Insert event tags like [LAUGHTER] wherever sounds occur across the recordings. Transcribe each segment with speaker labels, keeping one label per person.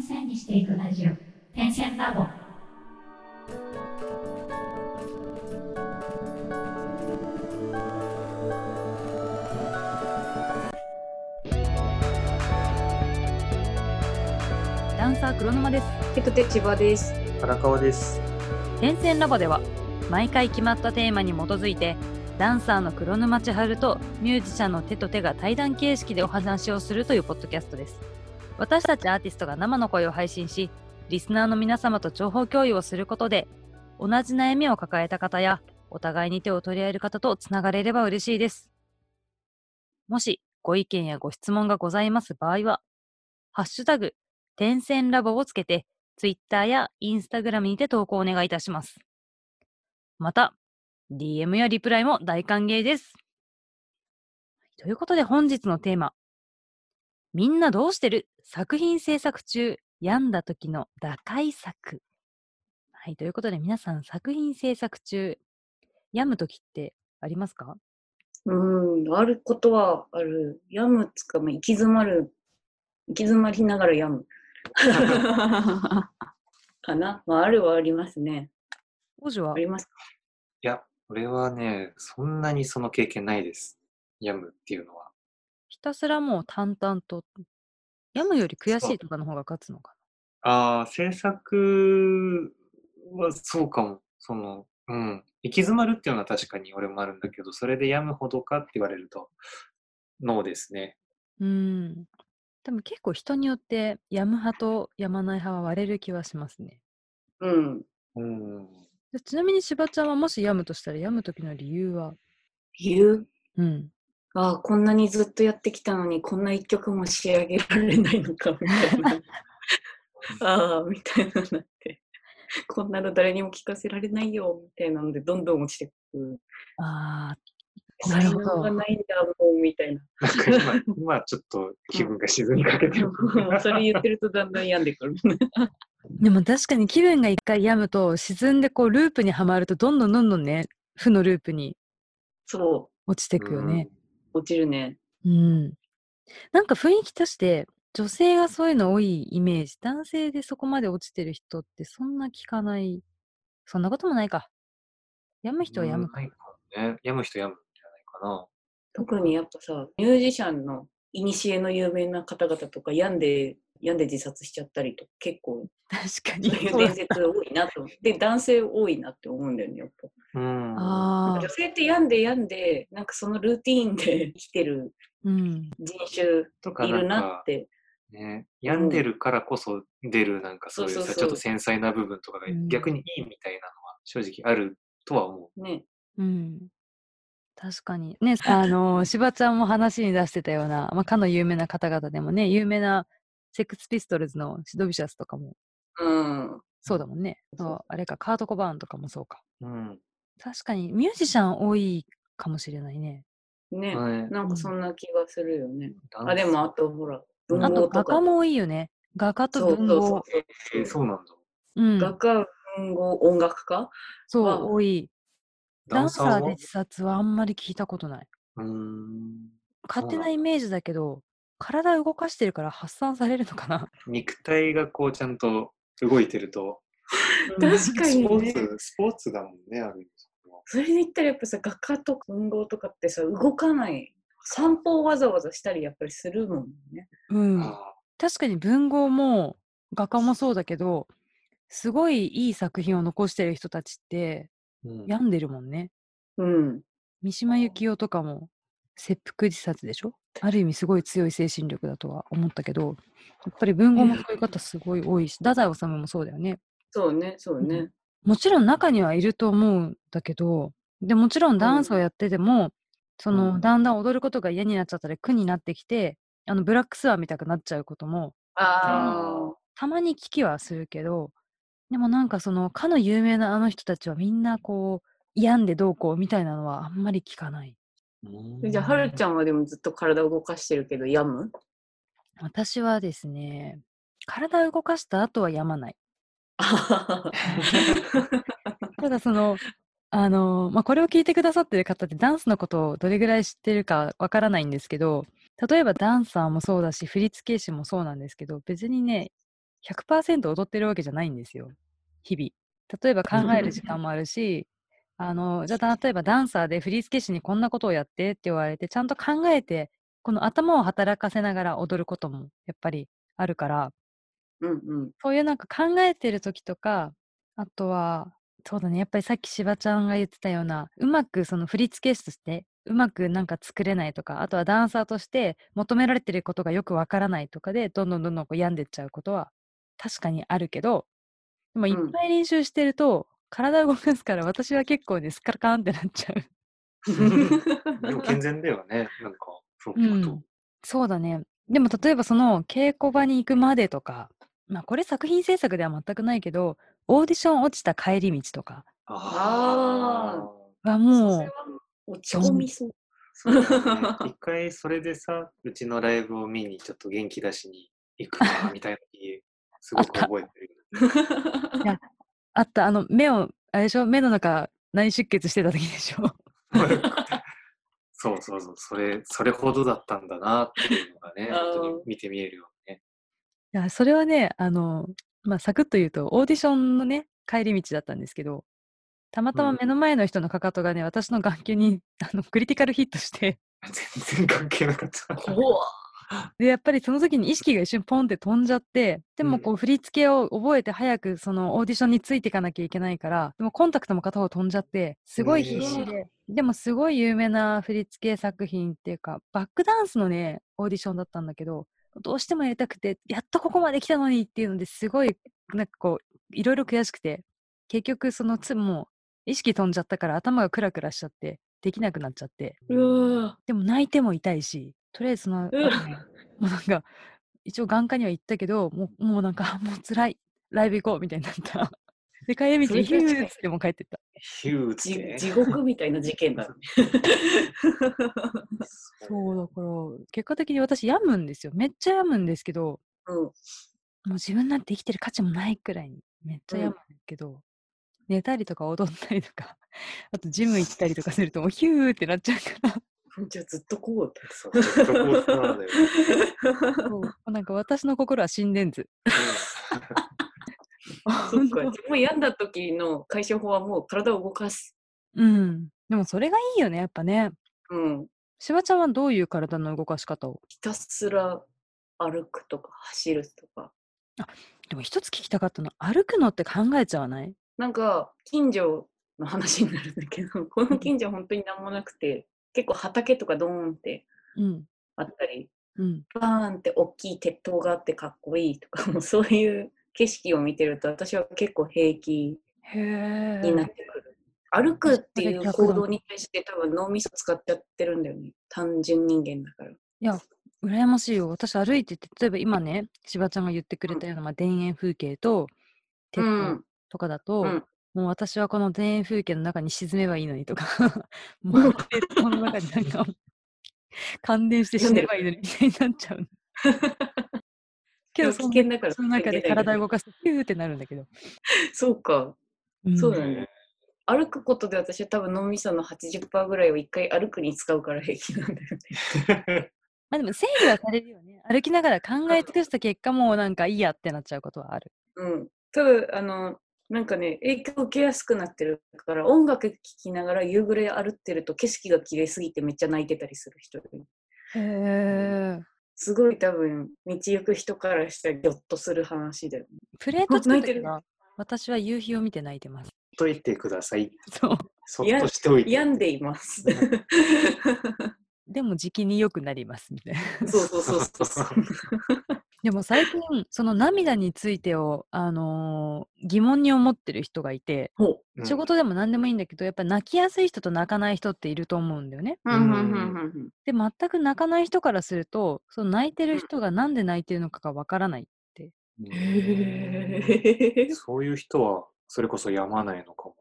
Speaker 1: 線にしていくラジオ点線ラボ
Speaker 2: ダンサー黒沼です。
Speaker 3: テクテ千葉です。
Speaker 4: 荒川です。
Speaker 2: 電線ラボでは毎回決まったテーマに基づいてダンサーの黒沼千春とミュージシャンの手と手が対談形式でお話をするというポッドキャストです。私たちアーティストが生の声を配信しリスナーの皆様と情報共有をすることで同じ悩みを抱えた方やお互いに手を取り合える方とつながれれば嬉しいです。もしご意見やご質問がございます場合は「ハッシュタグ点線ラボ」をつけてツイッターやインスタグラムにて投稿お願いいたします。また、DM やリプライも大歓迎です。ということで本日のテーマ、みんなどうしてる作品制作中、病んだ時の打開策。はい、ということで皆さん作品制作中、病む時ってありますか
Speaker 3: うん、あることはある。病むつか、まあ、行き詰まる。行き詰まりながら
Speaker 2: [LAUGHS]
Speaker 3: 病む。かな。まあ、あるはありますね。
Speaker 2: 王子は
Speaker 3: ありますか。
Speaker 4: いや、俺はね、そんなにその経験ないです。病むっていうのは。
Speaker 2: ひたすらもう淡々と、病むより悔しいとかの方が勝つのか
Speaker 4: ああ、制作はそうかも。その、うん。行き詰まるっていうのは確かに俺もあるんだけど、それで病むほどかって言われると、ノーですね。
Speaker 2: な。うん。多分結構人によって病む派と病まない派は割れる気はしますね。
Speaker 3: うん。
Speaker 4: うん。
Speaker 2: でちなみにしばちゃんはもし病むとしたら病む時の理由は
Speaker 3: 理由
Speaker 2: うん。
Speaker 3: ああ、こんなにずっとやってきたのに、こんな一曲も仕上げられないのか、みた
Speaker 2: [LAUGHS]
Speaker 3: いな。ああ、みたいななって。こんなの誰にも聞かせられないよ、みたいなので、どんどん落ちてく。
Speaker 2: ああ、 [LAUGHS] な
Speaker 3: 才
Speaker 2: る
Speaker 3: 能
Speaker 2: ほど
Speaker 3: がないんだ、もう、みたいな。
Speaker 4: なんか今、 [LAUGHS] 今ちょっと気分が沈みかけてる。
Speaker 2: [LAUGHS]
Speaker 3: それ言ってるとだんだん病んでくる。
Speaker 2: でも確かに気分が一回病むと沈んでこうループにはまるとどんどんどんどんね、負のループに
Speaker 3: そ
Speaker 2: 落ちていくよね。
Speaker 3: う、落ちるね。
Speaker 2: うん。なんか雰囲気として女性がそういうの多いイメージ。男性でそこまで落ちてる人ってそんな聞かない。そんなこともないか。病む人は病む
Speaker 4: か
Speaker 2: か。
Speaker 4: ね。病む人病むんじゃないかな。
Speaker 3: 特にやっぱさミュージシャンの古の有名な方々とか病んで病んで自殺しちゃったりとか結構
Speaker 2: 確か
Speaker 3: そういう伝
Speaker 2: に。
Speaker 3: 説多いなと思ってで男性多いなって思うんだよねやっぱ
Speaker 4: うん。
Speaker 2: ああ
Speaker 3: 女。性って病んで病んでなんかそのルーティー
Speaker 2: [LAUGHS]
Speaker 3: ンで生きてる
Speaker 2: うん。
Speaker 3: 人種
Speaker 4: とか
Speaker 3: い
Speaker 4: な
Speaker 3: る
Speaker 4: ん
Speaker 3: な
Speaker 4: か
Speaker 3: っ、て
Speaker 4: ね、病んでるからこそ出るなんかそういう
Speaker 3: そうそ
Speaker 4: さ
Speaker 3: うそ
Speaker 4: ちょ
Speaker 3: う
Speaker 4: っと繊細な部分とかが
Speaker 2: うん
Speaker 4: 逆にいいみたいなのは正直あるとは思
Speaker 3: ね
Speaker 2: うん。確かに。
Speaker 3: [LAUGHS]
Speaker 2: ね、あの、しばちゃんも話に出してたような、まあ、かの有名な方々でもね、有名なセックスピストルズのシドビシャスとかも
Speaker 3: うん
Speaker 2: そうだもんね。
Speaker 3: そう
Speaker 2: ああれか、カート・コバーンとかもそうか。
Speaker 4: う。うん。
Speaker 2: 確かに、ミュージシャン多いかもしれないね。
Speaker 3: ね
Speaker 4: ね
Speaker 3: なんかそんな気がするよね
Speaker 4: ダンス
Speaker 3: あでもあとほら文
Speaker 2: あ
Speaker 3: 豪
Speaker 2: と、
Speaker 3: と
Speaker 2: 画
Speaker 3: か
Speaker 2: 家も多いよね。画家と
Speaker 3: そうそう
Speaker 2: 文
Speaker 3: そう
Speaker 2: 豪。
Speaker 4: えーそうなんだ。
Speaker 2: うん。
Speaker 3: 画家文豪音楽家
Speaker 2: そう
Speaker 3: は、
Speaker 2: 多い。ダンサ
Speaker 4: は
Speaker 2: ーで自殺はあんまり聞いたことない。
Speaker 4: うーん。
Speaker 2: 勝手
Speaker 4: そうなん
Speaker 2: な
Speaker 4: だ
Speaker 2: イメージだけど、体動かしてるから発散されるのかな。
Speaker 4: 肉体がこうちゃんと動いてる
Speaker 3: [LAUGHS]
Speaker 4: と。
Speaker 3: 確かにね
Speaker 4: スポーツ、スポーツだもんね、ある意味
Speaker 3: それで言ったらやっぱさ画家とか文豪とかってさ動かない散歩をわざわざしたりやっぱりするもんね。
Speaker 2: うん。
Speaker 4: あ
Speaker 2: 確かに文豪も画家もそうだけどすごいいい作品を残してる人たちって
Speaker 4: ーうん
Speaker 2: 病んでるもんね。
Speaker 3: うん、
Speaker 2: 三島由紀夫とかも切腹自殺でしょある意味すごい強い精神力だとは思ったけどやっぱり文豪もそういう方すごい多いし太宰治もそうだよね。
Speaker 3: そうねそうね。
Speaker 2: もちろん中にはいると思うんだけどでもちろんダンスをやってても、その、
Speaker 4: うん
Speaker 2: だんだん踊ることが嫌になっちゃったり苦になってきてあのブラックスワンみたくなっちゃうことも
Speaker 3: ああ
Speaker 2: たまに聞きはするけどでもなんかそのかの有名なあの人たちはみんなこう病んでどうこうみたいなのはあんまり聞かない
Speaker 4: うん
Speaker 3: じゃあはるちゃんはでもずっと体を動かしてるけど病む
Speaker 2: 私はですね体を動かした後は病まない
Speaker 3: あはは
Speaker 2: ただそのあの、まあ、これを聞いてくださってる方ってダンスのことをどれぐらい知ってるかわからないんですけど例えばダンサーもそうだし振付師もそうなんですけど別にね100%踊ってるわけじゃないんですよ日々例えば考える時間もあるしあのじゃあ例えばダンサーで振付師にこんなことをやってって言われてちゃんと考えてこの頭を働かせながら踊ることもやっぱりあるから
Speaker 3: うんうん。
Speaker 2: そういうなんか考えてる時とかあとはそうだねやっぱりさっきしばちゃんが言ってたようなうまくその振付師としてうまくなんか作れないとかあとはダンサーとして求められてることがよくわからないとかでどんどんどんどんこう病んでっちゃうことは確かにあるけどでもいっぱい練習してると、体動かすから私は結構ねスカラカンってなっちゃう。 [LAUGHS]
Speaker 4: でも健全だよね、なんか、そう
Speaker 2: う
Speaker 4: 聞くと
Speaker 2: ん。そうだね。でも例えばその稽古場に行くまでとか、まあこれ作品制作では全くないけど、オーディション落ちた帰り道とか
Speaker 4: あ
Speaker 2: は
Speaker 3: そ
Speaker 2: も
Speaker 3: れ
Speaker 2: う
Speaker 3: は落ち込みそう。
Speaker 4: あ。一回それでさ、うちのライブを見にちょっと元気出しに行くかみたいな日、すごく覚えてる。
Speaker 2: あったあの目をあれでしょ目の中内出血してた時でしょ。 [LAUGHS]
Speaker 4: そうそうそう、それ、それほどだったんだなっていうのがね、
Speaker 3: あー
Speaker 4: 本当に見て見えるよね。
Speaker 2: いやそれはねあのまあサクッと言うとオーディションのね帰り道だったんですけど、たまたま
Speaker 4: うん
Speaker 2: 目の前の人のかかとがね私の眼球にあのクリティカルヒットして。
Speaker 4: 全然関係なかった。
Speaker 3: 怖っ
Speaker 2: でやっぱりその時に意識が一瞬ポンって飛んじゃってで
Speaker 4: う
Speaker 2: も
Speaker 4: ん
Speaker 2: こう振り付けを覚えて早くそのオーディションについていかなきゃいけないからでもコンタクトも片方飛んじゃってすごい必死で、でもすごい有名な振り付け作品っていうかバックダンスのねオーディションだったんだけどどうしてもやりたくてやっとここまで来たのにっていうのですごいなんかこういろいろ悔しくて結局そのつもう意識飛んじゃったから頭がクラクラしちゃってできなくなっちゃって
Speaker 3: うわ
Speaker 2: でも泣いても痛いし、とりあえずその、後
Speaker 3: う
Speaker 2: も
Speaker 3: わ
Speaker 2: うなんか、一応眼科には行ったけど、もうもうなんか、もう辛い、ライブ行こうみたいになった。 [LAUGHS] で、帰り
Speaker 3: そ
Speaker 2: 道、
Speaker 3: れ
Speaker 2: ヒュ
Speaker 3: 確か
Speaker 2: ー
Speaker 3: に
Speaker 2: ッつってもう帰ってった。
Speaker 4: ヒューつっ
Speaker 3: じ
Speaker 4: てね。
Speaker 3: 地獄みたいな事件だね。
Speaker 2: そうだから、結果的に私、病むんですよ。めっちゃ病むんですけど、
Speaker 3: うん、
Speaker 2: もう自分なんて生きてる価値もないくらいに、めっちゃ病むんだけど、寝たりとか踊ったりとか、 [LAUGHS] あとジム行ったりとかすると、もうヒューってなっちゃうから。
Speaker 3: じゃあずっとこう
Speaker 4: そうそうそこなんだよね
Speaker 3: だ。
Speaker 2: そう [LAUGHS] なんか私の心は心電図。
Speaker 3: そっか、自分病んだ時の解消法はもう体を動かす。
Speaker 2: うん。でもそれがいいよね、やっぱね。
Speaker 3: うん、
Speaker 2: しばちゃんはどういう体の動かし方を
Speaker 3: ひたすら歩くとか走るとか。
Speaker 2: でも一つ聞きたかったの歩くのって考えちゃわない
Speaker 3: なんか近所の話になるんだけど、 [LAUGHS] この近所本当に何もなくて、結構畑とかドーンって
Speaker 2: うん
Speaker 3: あったり、
Speaker 2: うん
Speaker 3: バーンって大きい鉄塔があってかっこいいとか、 [LAUGHS] もうそういう景色を見てると私は結構平気
Speaker 2: へ
Speaker 3: になっ
Speaker 2: え
Speaker 3: てくる。歩くってい
Speaker 2: そ
Speaker 3: う
Speaker 2: れ逆だ
Speaker 3: 行動に対して多分脳みそ使っちゃってるんだよね。単純人間だから。
Speaker 2: 羨ましいよ私歩いてて例えば今ねしばちゃんが言ってくれたような、まあ、田園風景と鉄
Speaker 3: うん
Speaker 2: 塔とかだと、
Speaker 3: うん
Speaker 2: もう私はこの田園風景の中に沈めばいいのにとか
Speaker 3: [LAUGHS]
Speaker 2: もう鉄塔の中になんか感電して死ねばいいのにみたいになっちゃうのけど
Speaker 3: [LAUGHS] で
Speaker 2: そ
Speaker 3: も
Speaker 2: の
Speaker 3: 危険だから
Speaker 2: その中で体
Speaker 3: が
Speaker 2: 動かすとヒューってなるんだけど、
Speaker 3: [LAUGHS] そうか、そうだ
Speaker 2: ん
Speaker 3: ね。歩くことで私は多分脳みその80%ぐらいを一回歩くに使うから平気なんだよね。
Speaker 2: まあでも整理はされるよね。歩きながら考え尽くした結果、もうなんかいいやってなっちゃうことはある。
Speaker 3: うん、ただあのなんかね影響受けやすくなってるから音楽聴きながら夕暮れ歩ってると景色が綺麗すぎてめっちゃ泣いてたりする人
Speaker 2: へえ。
Speaker 3: すごい多分道行く人からしたらギョッとする話だよね。
Speaker 2: プレートつけ
Speaker 3: 泣いて
Speaker 2: て
Speaker 3: る
Speaker 2: か私は夕日を見て泣いてます。 [LAUGHS]
Speaker 4: といてください。
Speaker 2: そう。
Speaker 4: そっとしておいて。
Speaker 3: 病んでい [LAUGHS] ます。
Speaker 2: でも時期に良くなりますみたいな。
Speaker 3: そうそうそうそうそう。
Speaker 2: でも最近、その涙についてを、あのー疑問に思ってる人がいて、
Speaker 3: ほう
Speaker 4: うん
Speaker 2: 仕事でも何でもいいんだけど、やっぱ泣きやすい人と泣かない人っていると思うんだよね。
Speaker 3: うんうんうんうんうん
Speaker 2: で、全く泣かない人からすると、その泣いて
Speaker 3: う
Speaker 2: る
Speaker 3: ん
Speaker 2: 人がなんで泣いてるのかがわからない。
Speaker 4: うんそういう人は、それこそ病まないのかも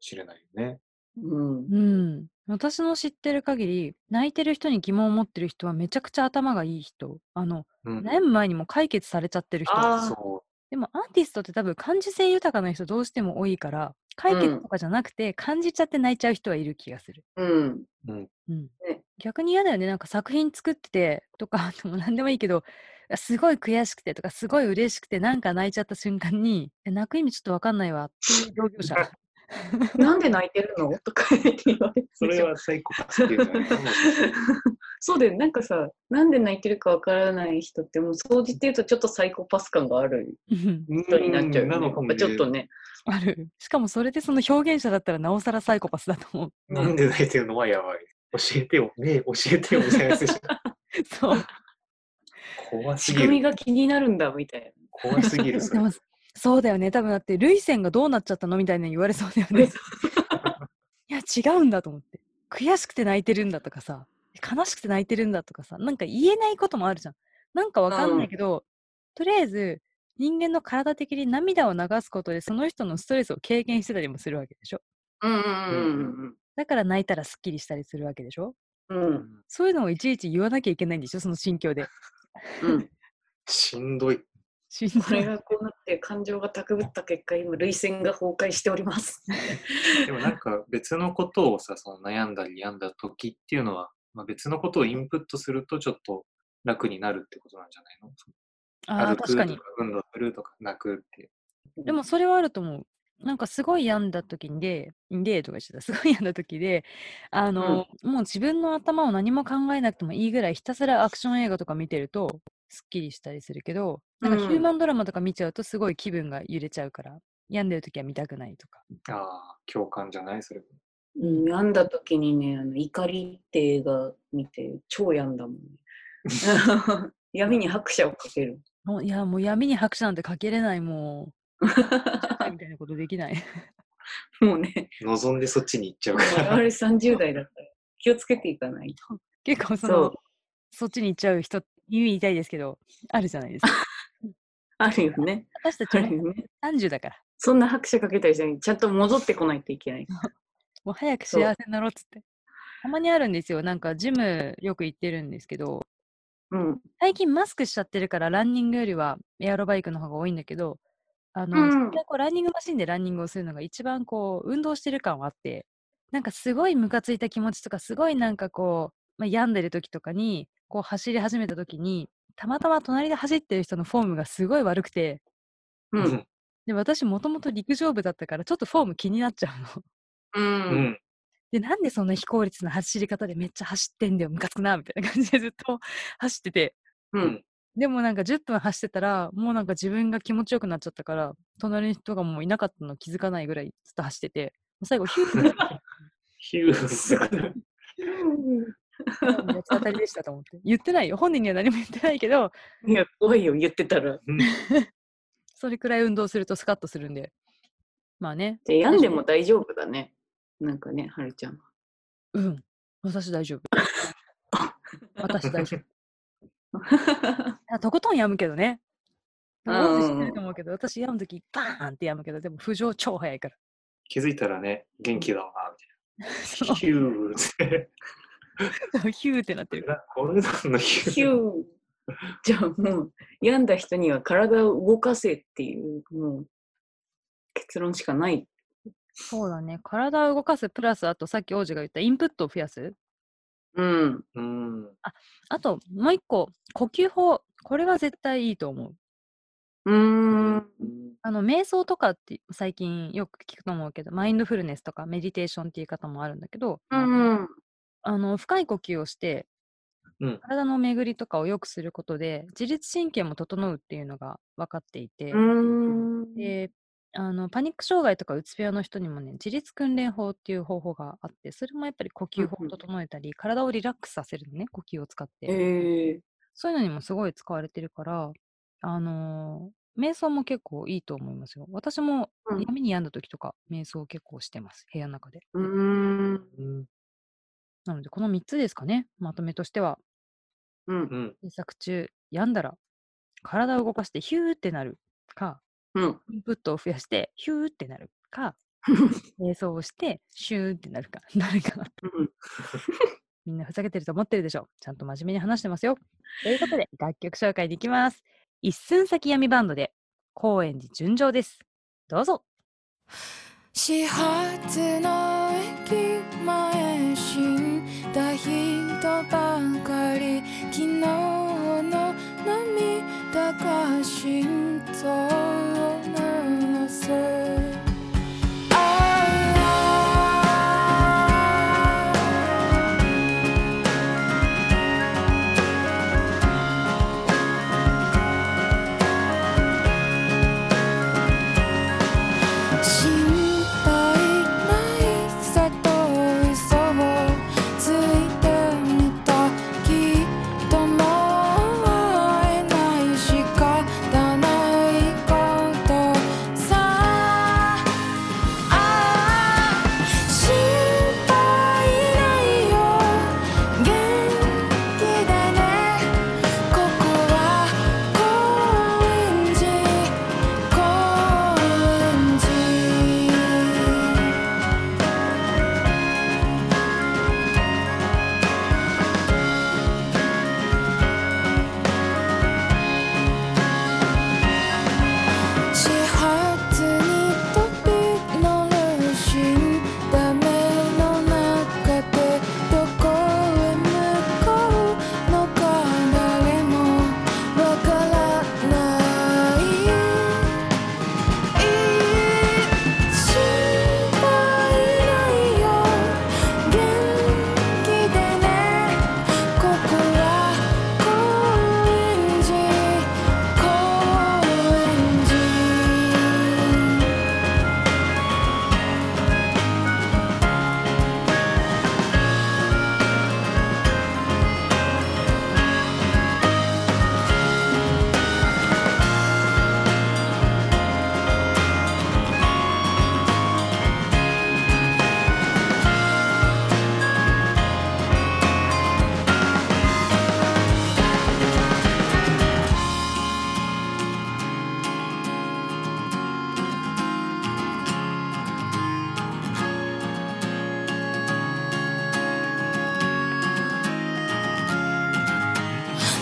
Speaker 4: しれないよね。
Speaker 3: うん
Speaker 2: うん、私の知ってる限り泣いてる人に疑問を持ってる人はめちゃくちゃ頭がいい人あの
Speaker 4: うん
Speaker 2: 悩む前にもう解決されちゃってる人
Speaker 3: あー
Speaker 4: そ
Speaker 2: でもアーティストって多分感受性豊かな人どうしても多いから解
Speaker 3: う
Speaker 2: 決
Speaker 3: ん
Speaker 2: とかじゃなくて感じちゃって泣いちゃう人はいる気がする。
Speaker 3: うん
Speaker 4: う。うん。
Speaker 2: うん
Speaker 3: ね
Speaker 2: [LAUGHS] 逆に嫌だよねなんか作品作っててとかでも何でもいいけどすごい悔しくてとか、すごい嬉しくて、なんか泣いちゃった瞬間に、え泣く意味ちょっとわかんないわっていう同業
Speaker 3: [LAUGHS]
Speaker 2: 者。
Speaker 3: なんで泣いてる [LAUGHS] のとか言って言われて
Speaker 4: それはサイコパスっていうのはねも
Speaker 3: そうだよね、なんかさ、なんで泣いてるかわからない人って、もう総じて言うとちょっとサイコパス感がある
Speaker 2: うん
Speaker 4: う
Speaker 3: 人になっちゃうよ、ね。
Speaker 4: ん
Speaker 3: な
Speaker 4: なの
Speaker 3: ん
Speaker 4: か
Speaker 3: か
Speaker 4: もね
Speaker 3: ちょっとね。
Speaker 2: ある。 [LAUGHS] しかもそれでその表現者だったらなおさらサイコパスだと思う。 [LAUGHS]
Speaker 4: なんで泣いてるのはやばい。教えてよ、ねえ教えてよみたいなやつ
Speaker 3: [LAUGHS]
Speaker 4: でしょ
Speaker 2: そう。
Speaker 4: 怖す
Speaker 3: 仕
Speaker 4: ぎ
Speaker 3: 組み
Speaker 4: る。
Speaker 3: が気になるんだみたい
Speaker 4: 怖すぎる。
Speaker 2: [LAUGHS] [LAUGHS]
Speaker 4: そ
Speaker 2: で
Speaker 4: れ
Speaker 2: もそうだよね。多分だって、涙腺がどうなっちゃったのみたいなの言われそうだよね。 [LAUGHS] いや、違うんだと思って。悔しくて泣いてるんだとかさ、悲しくて泣いてるんだとかさ、なんか言えないこともあるじゃん。なんかわかんないけど、とりあえず、人間の体的に涙を流すことで、その人のストレスを軽減してたりもするわけでしょ。
Speaker 3: な。うん
Speaker 2: だから泣いたらスッキリしたりするわけでしょ。
Speaker 3: うんうんうん。
Speaker 2: そういうのをいちいち言わなきゃいけないんでしょ、その心境で。 [LAUGHS]
Speaker 3: うんうん。
Speaker 4: しんどい。
Speaker 2: 心
Speaker 3: これ
Speaker 2: 境
Speaker 3: がこうなって感情が高ぶった結果、今、涙腺が崩壊しております。
Speaker 4: でもなんか別のことをさ、その悩んだり病んだ時っていうのは、まあ、別のことをインプットするとちょっと楽になるってことなんじゃないの
Speaker 2: ああ、
Speaker 4: 歩
Speaker 2: 確か
Speaker 4: くと
Speaker 2: に
Speaker 4: か。運動するとか泣くって。
Speaker 2: でもそれはあると思う。なんかすごい病んだ時にで、んでとか言ってた、 [LAUGHS] すごい病んだ時で、あの、もう自分の頭を何も考えなくてもいいぐらいひたすらアクション映画とか見てると、すっきりしたりするけど、なんかヒューマンドラマとか見ちゃうとすごい気分が揺れちゃうから、病んでる時は見たくないとか。
Speaker 4: ああ、共感じゃないそれ。
Speaker 3: うん、病んだ時にね、あの怒りって映画見て、超病ん [LAUGHS] だもん、ね。闇に拍車をかける。
Speaker 2: もういや、もう闇に拍手なんてかけれない、もう。社会みたいなことできない。 [LAUGHS]
Speaker 3: もうね、
Speaker 4: 望んでそっちに行っちゃうか
Speaker 3: 我々30代だから気をつけていかないと。
Speaker 2: 結構その、
Speaker 3: そう
Speaker 2: そ、っちに行っちゃう人、耳痛いですけど、あるじゃないですか。
Speaker 3: あるよね。
Speaker 2: 私たち
Speaker 3: あ
Speaker 2: も
Speaker 3: るよね。
Speaker 2: 30だから、
Speaker 3: そんな拍車かけたりじゃない。ちゃんと戻ってこないといけない。
Speaker 2: もう早く
Speaker 3: そう
Speaker 2: 幸せになろうっつって。たまにあるんですよ。なんかジムよく行ってるんですけど、
Speaker 3: うん。
Speaker 2: 最近マスクしちゃってるからランニングよりはエアロバイクの方が多いんだけど、あの、
Speaker 3: うん
Speaker 2: 実際こうランニングマシンでランニングをするのが一番こう運動してる感はあって、なんかすごいムカついた気持ちとか、すごいなんかこう、まあ、病んでる時とかに、こう走り始めた時に、たまたま隣で走ってる人のフォームがすごい悪くて、
Speaker 3: う
Speaker 4: ら。
Speaker 3: ん。
Speaker 2: で、私もともと陸上部だったからちょっとフォーム気になっちゃうの。
Speaker 4: う
Speaker 3: う。
Speaker 4: んん。
Speaker 2: で、なんでそんな非効率な走り方でめっちゃ走ってんだよ、ムカつくな、みたいな感じでずっと走ってて。
Speaker 3: うん。
Speaker 2: でもなんか10分走ってたら、もうなんか自分が気持ちよくなっちゃったから、隣の人がもういなかったの気づかないぐらいずっと走ってて、もう最後ヒューって
Speaker 4: ヒュースが。
Speaker 2: もう八つ当たりでしたと思って。言ってないよ。本人には何も言ってないけど、
Speaker 3: いや、怖いよ、言ってたら。
Speaker 2: それくらい運動するとスカッとするんで。まあね。
Speaker 3: で、病んでも大丈夫だね。なんかね、はるちゃんは。
Speaker 2: うん。私大
Speaker 3: [LAUGHS]
Speaker 2: 丈夫。私大丈夫。あとことん病むけどね。
Speaker 3: うん
Speaker 2: 多く知ってると思うけど、私病むときバーンって病むけど、でも浮上超早い [LAUGHS] から。
Speaker 4: 気づいたらね、元気だわ、み
Speaker 2: そ
Speaker 4: たいな。ヒュー [LAUGHS] スって。
Speaker 2: のヒューってなってるから。
Speaker 4: これなんのヒ
Speaker 3: ヒ
Speaker 4: ュー
Speaker 3: ュー。 [LAUGHS] じゃあもう、病んだ人には体を動かせっていう、もう、結論しかない。
Speaker 2: そうだね。体を動かす、プラス、あとさっき王子が言ったインプットを増やす。
Speaker 3: うん。
Speaker 4: うん。
Speaker 2: あと、もう一個、呼吸法。これは絶対いいと思う。
Speaker 3: うーん。
Speaker 2: あの、瞑想とかって最近よく聞くと思うけど、マインドフルネスとかメディテーションっていう言い方もあるんだけど、
Speaker 3: うん。
Speaker 2: あの深い呼吸をして、
Speaker 4: うん
Speaker 2: 体の巡りとかを良くすることで自律神経も整うっていうのが分かっていて、
Speaker 3: うん。
Speaker 2: であのパニック障害とかうつ病の人にもね自律訓練法っていう方法があってそれもやっぱり呼吸
Speaker 3: うん
Speaker 2: 法
Speaker 3: う
Speaker 2: を
Speaker 3: ん
Speaker 2: 整えたり、体をリラックスさせるのね呼吸を使って、
Speaker 3: ええ
Speaker 2: そういうのにもすごい使われてるからあのー瞑想も結構いいと思いますよ私も
Speaker 3: うん
Speaker 2: 闇に病んだ時とか瞑想を結構してます部屋の中で
Speaker 3: うーん。
Speaker 4: うん。
Speaker 2: なのでこの3つですかねまとめとしては
Speaker 3: うん。
Speaker 4: うん。
Speaker 2: 制作中、病んだら、体を動かしてヒューってなるか、
Speaker 3: [LAUGHS] うん。
Speaker 2: インプットを増やしてヒューってなるか、瞑想をしてシューってなるか、 [LAUGHS] なるか。みんなふざけてると思ってるでしょ。ちゃんと真面目に話してますよ。ということで、楽曲紹介できます。一寸先闇バンドで、高円寺純情です。どうぞ。
Speaker 5: 始発の駅前死んだ人ばかり昨日の涙が浸透を流す Ah, ah. 心配ないさと嘘をついてみたきっともう会えない仕方ないことさああ心配ないよ元気でねここは高円寺「高円寺」始発に飛び乗る新ダメの中でどこへ向かうのか誰もわからない心配ないよ元気でねここは高円寺高円寺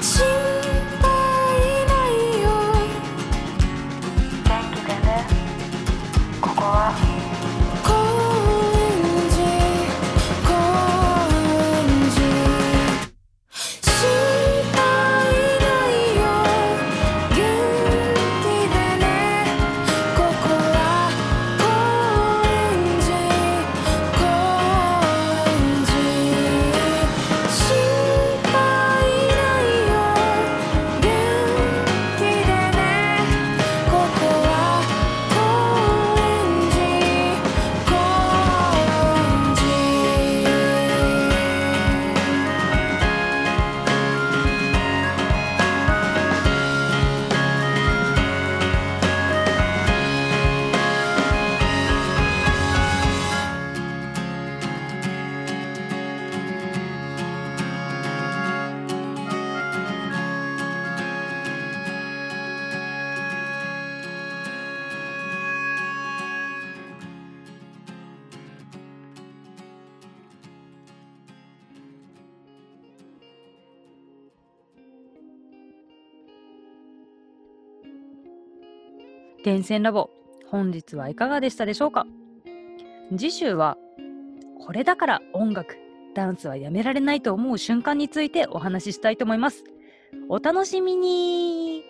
Speaker 5: 心配ないよ元気でねここは高円寺高円寺心配ないよ元気でねここは高円寺高円寺心配ないよ元気でねここは高円寺高円寺
Speaker 2: 電線ラボ本日はいかがでしたでしょうか次週はこれだから音楽ダンスはやめられないと思う瞬間についてお話ししたいと思いますお楽しみに